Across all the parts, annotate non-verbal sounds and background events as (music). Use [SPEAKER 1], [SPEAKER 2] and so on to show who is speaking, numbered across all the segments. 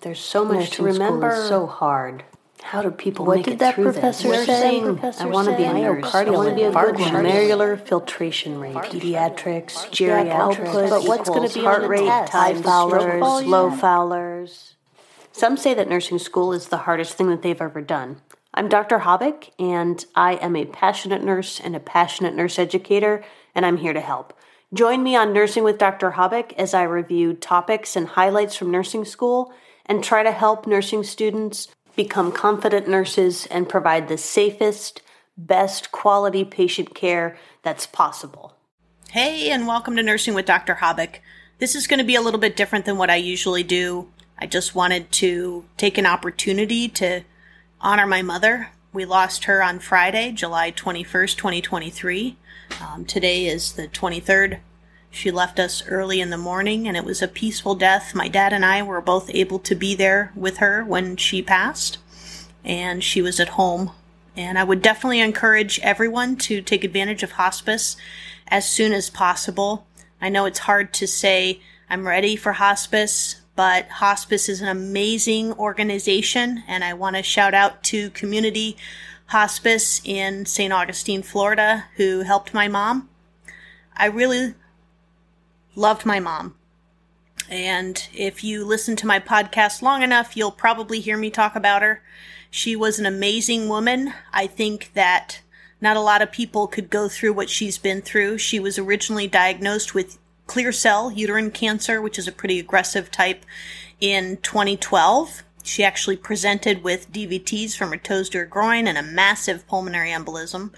[SPEAKER 1] There's so much
[SPEAKER 2] Nursing
[SPEAKER 1] to remember.
[SPEAKER 2] School is so hard. How do people
[SPEAKER 1] What
[SPEAKER 2] make
[SPEAKER 1] did
[SPEAKER 2] it
[SPEAKER 1] that
[SPEAKER 2] through this?
[SPEAKER 1] professor
[SPEAKER 2] Nursing
[SPEAKER 1] say?
[SPEAKER 2] Professor
[SPEAKER 1] I wanna
[SPEAKER 2] said
[SPEAKER 1] be a nurse. I wanna
[SPEAKER 2] Cardiology,
[SPEAKER 1] be a good
[SPEAKER 2] glomerular filtration rate, pediatrics, geriatrics.
[SPEAKER 1] output
[SPEAKER 2] But what's going
[SPEAKER 1] equals
[SPEAKER 2] to be
[SPEAKER 1] heart
[SPEAKER 2] on the
[SPEAKER 1] rate
[SPEAKER 2] test?
[SPEAKER 1] times
[SPEAKER 2] High
[SPEAKER 1] stroke
[SPEAKER 2] foulers,
[SPEAKER 1] volume.
[SPEAKER 2] low foulers. Some say that nursing school is the hardest thing that they've ever done. I'm Dr. Hobbick, and I am a passionate nurse and a passionate nurse educator, and I'm here to help. Join me on Nursing with Dr. Hobbick as I review topics and highlights from nursing school and try to help nursing students become confident nurses and provide the safest, best quality patient care that's possible.
[SPEAKER 3] Hey, and welcome to Nursing with Dr. Hobbick. This is going to be a little bit different than what I usually do. I just wanted to take an opportunity to honor my mother. We lost her on Friday, July 21st, 2023. Um, today is the 23rd. She left us early in the morning, and it was a peaceful death. My dad and I were both able to be there with her when she passed, and she was at home. And I would definitely encourage everyone to take advantage of hospice as soon as possible. I know it's hard to say I'm ready for hospice, but hospice is an amazing organization, and I want to shout out to Community Hospice in St. Augustine, Florida, who helped my mom. I really loved my mom. And if you listen to my podcast long enough, you'll probably hear me talk about her. She was an amazing woman. I think that not a lot of people could go through what she's been through. She was originally diagnosed with clear cell uterine cancer, which is a pretty aggressive type, in 2012. She actually presented with DVTs from her toes to her groin and a massive pulmonary embolism.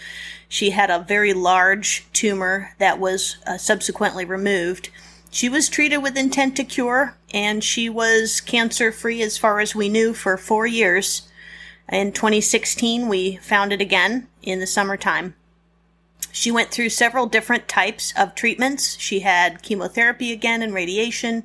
[SPEAKER 3] She had a very large tumor that was uh, subsequently removed. She was treated with intent to cure and she was cancer free as far as we knew for four years. In 2016, we found it again in the summertime. She went through several different types of treatments. She had chemotherapy again and radiation.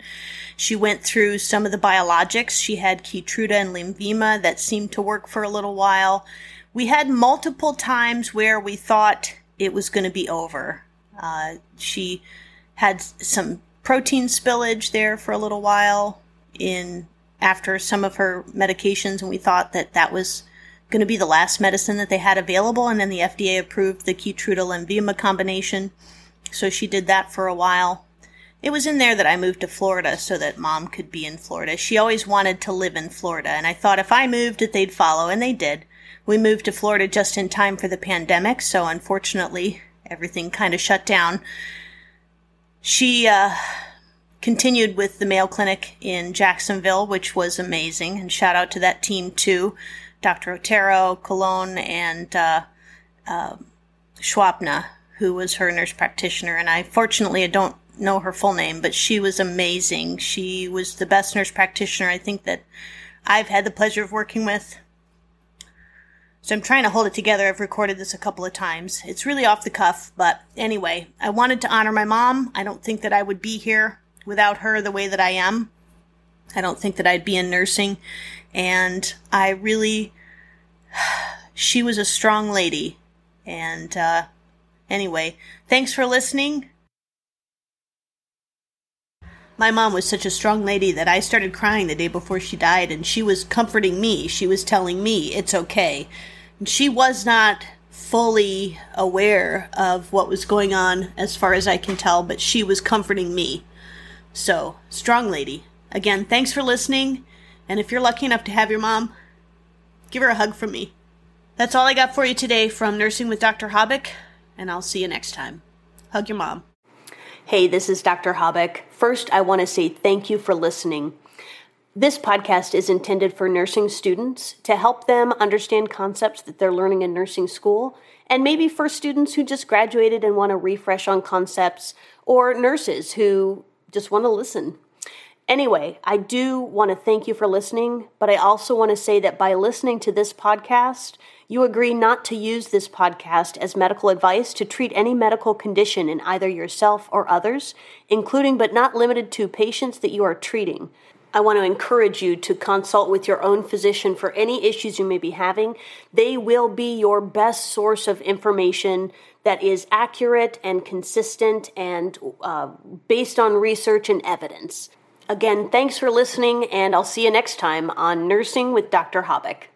[SPEAKER 3] She went through some of the biologics. She had Keytruda and Lenvima that seemed to work for a little while. We had multiple times where we thought it was going to be over. Uh, she had s- some protein spillage there for a little while in after some of her medications, and we thought that that was going to be the last medicine that they had available. And then the FDA approved the Keytruda Lenvima combination, so she did that for a while. It was in there that I moved to Florida so that mom could be in Florida. She always wanted to live in Florida, and I thought if I moved that they'd follow, and they did. We moved to Florida just in time for the pandemic, so unfortunately, everything kind of shut down. She uh, continued with the Mayo Clinic in Jacksonville, which was amazing. And shout out to that team too, Dr. Otero, Cologne, and uh, Schwabna, who was her nurse practitioner, and I fortunately I don't know her full name, but she was amazing. She was the best nurse practitioner I think that I've had the pleasure of working with. So I'm trying to hold it together. I've recorded this a couple of times. It's really off the cuff, but anyway, I wanted to honor my mom. I don't think that I would be here without her the way that I am. I don't think that I'd be in nursing. And I really, (sighs) she was a strong lady. And uh, anyway, thanks for listening. My mom was such a strong lady that I started crying the day before she died, and she was comforting me. She was telling me it's okay. And she was not fully aware of what was going on, as far as I can tell, but she was comforting me. So, strong lady. Again, thanks for listening. And if you're lucky enough to have your mom, give her a hug from me. That's all I got for you today from Nursing with Dr. Hobbick, and I'll see you next time. Hug your mom.
[SPEAKER 2] Hey, this is Dr. Hobbick. First, I want to say thank you for listening. This podcast is intended for nursing students to help them understand concepts that they're learning in nursing school, and maybe for students who just graduated and want to refresh on concepts, or nurses who just want to listen. Anyway, I do want to thank you for listening, but I also want to say that by listening to this podcast, you agree not to use this podcast as medical advice to treat any medical condition in either yourself or others, including but not limited to patients that you are treating. I want to encourage you to consult with your own physician for any issues you may be having. They will be your best source of information that is accurate and consistent and uh, based on research and evidence.
[SPEAKER 3] Again, thanks for listening, and I'll see you next time on Nursing with Dr. Hobbick.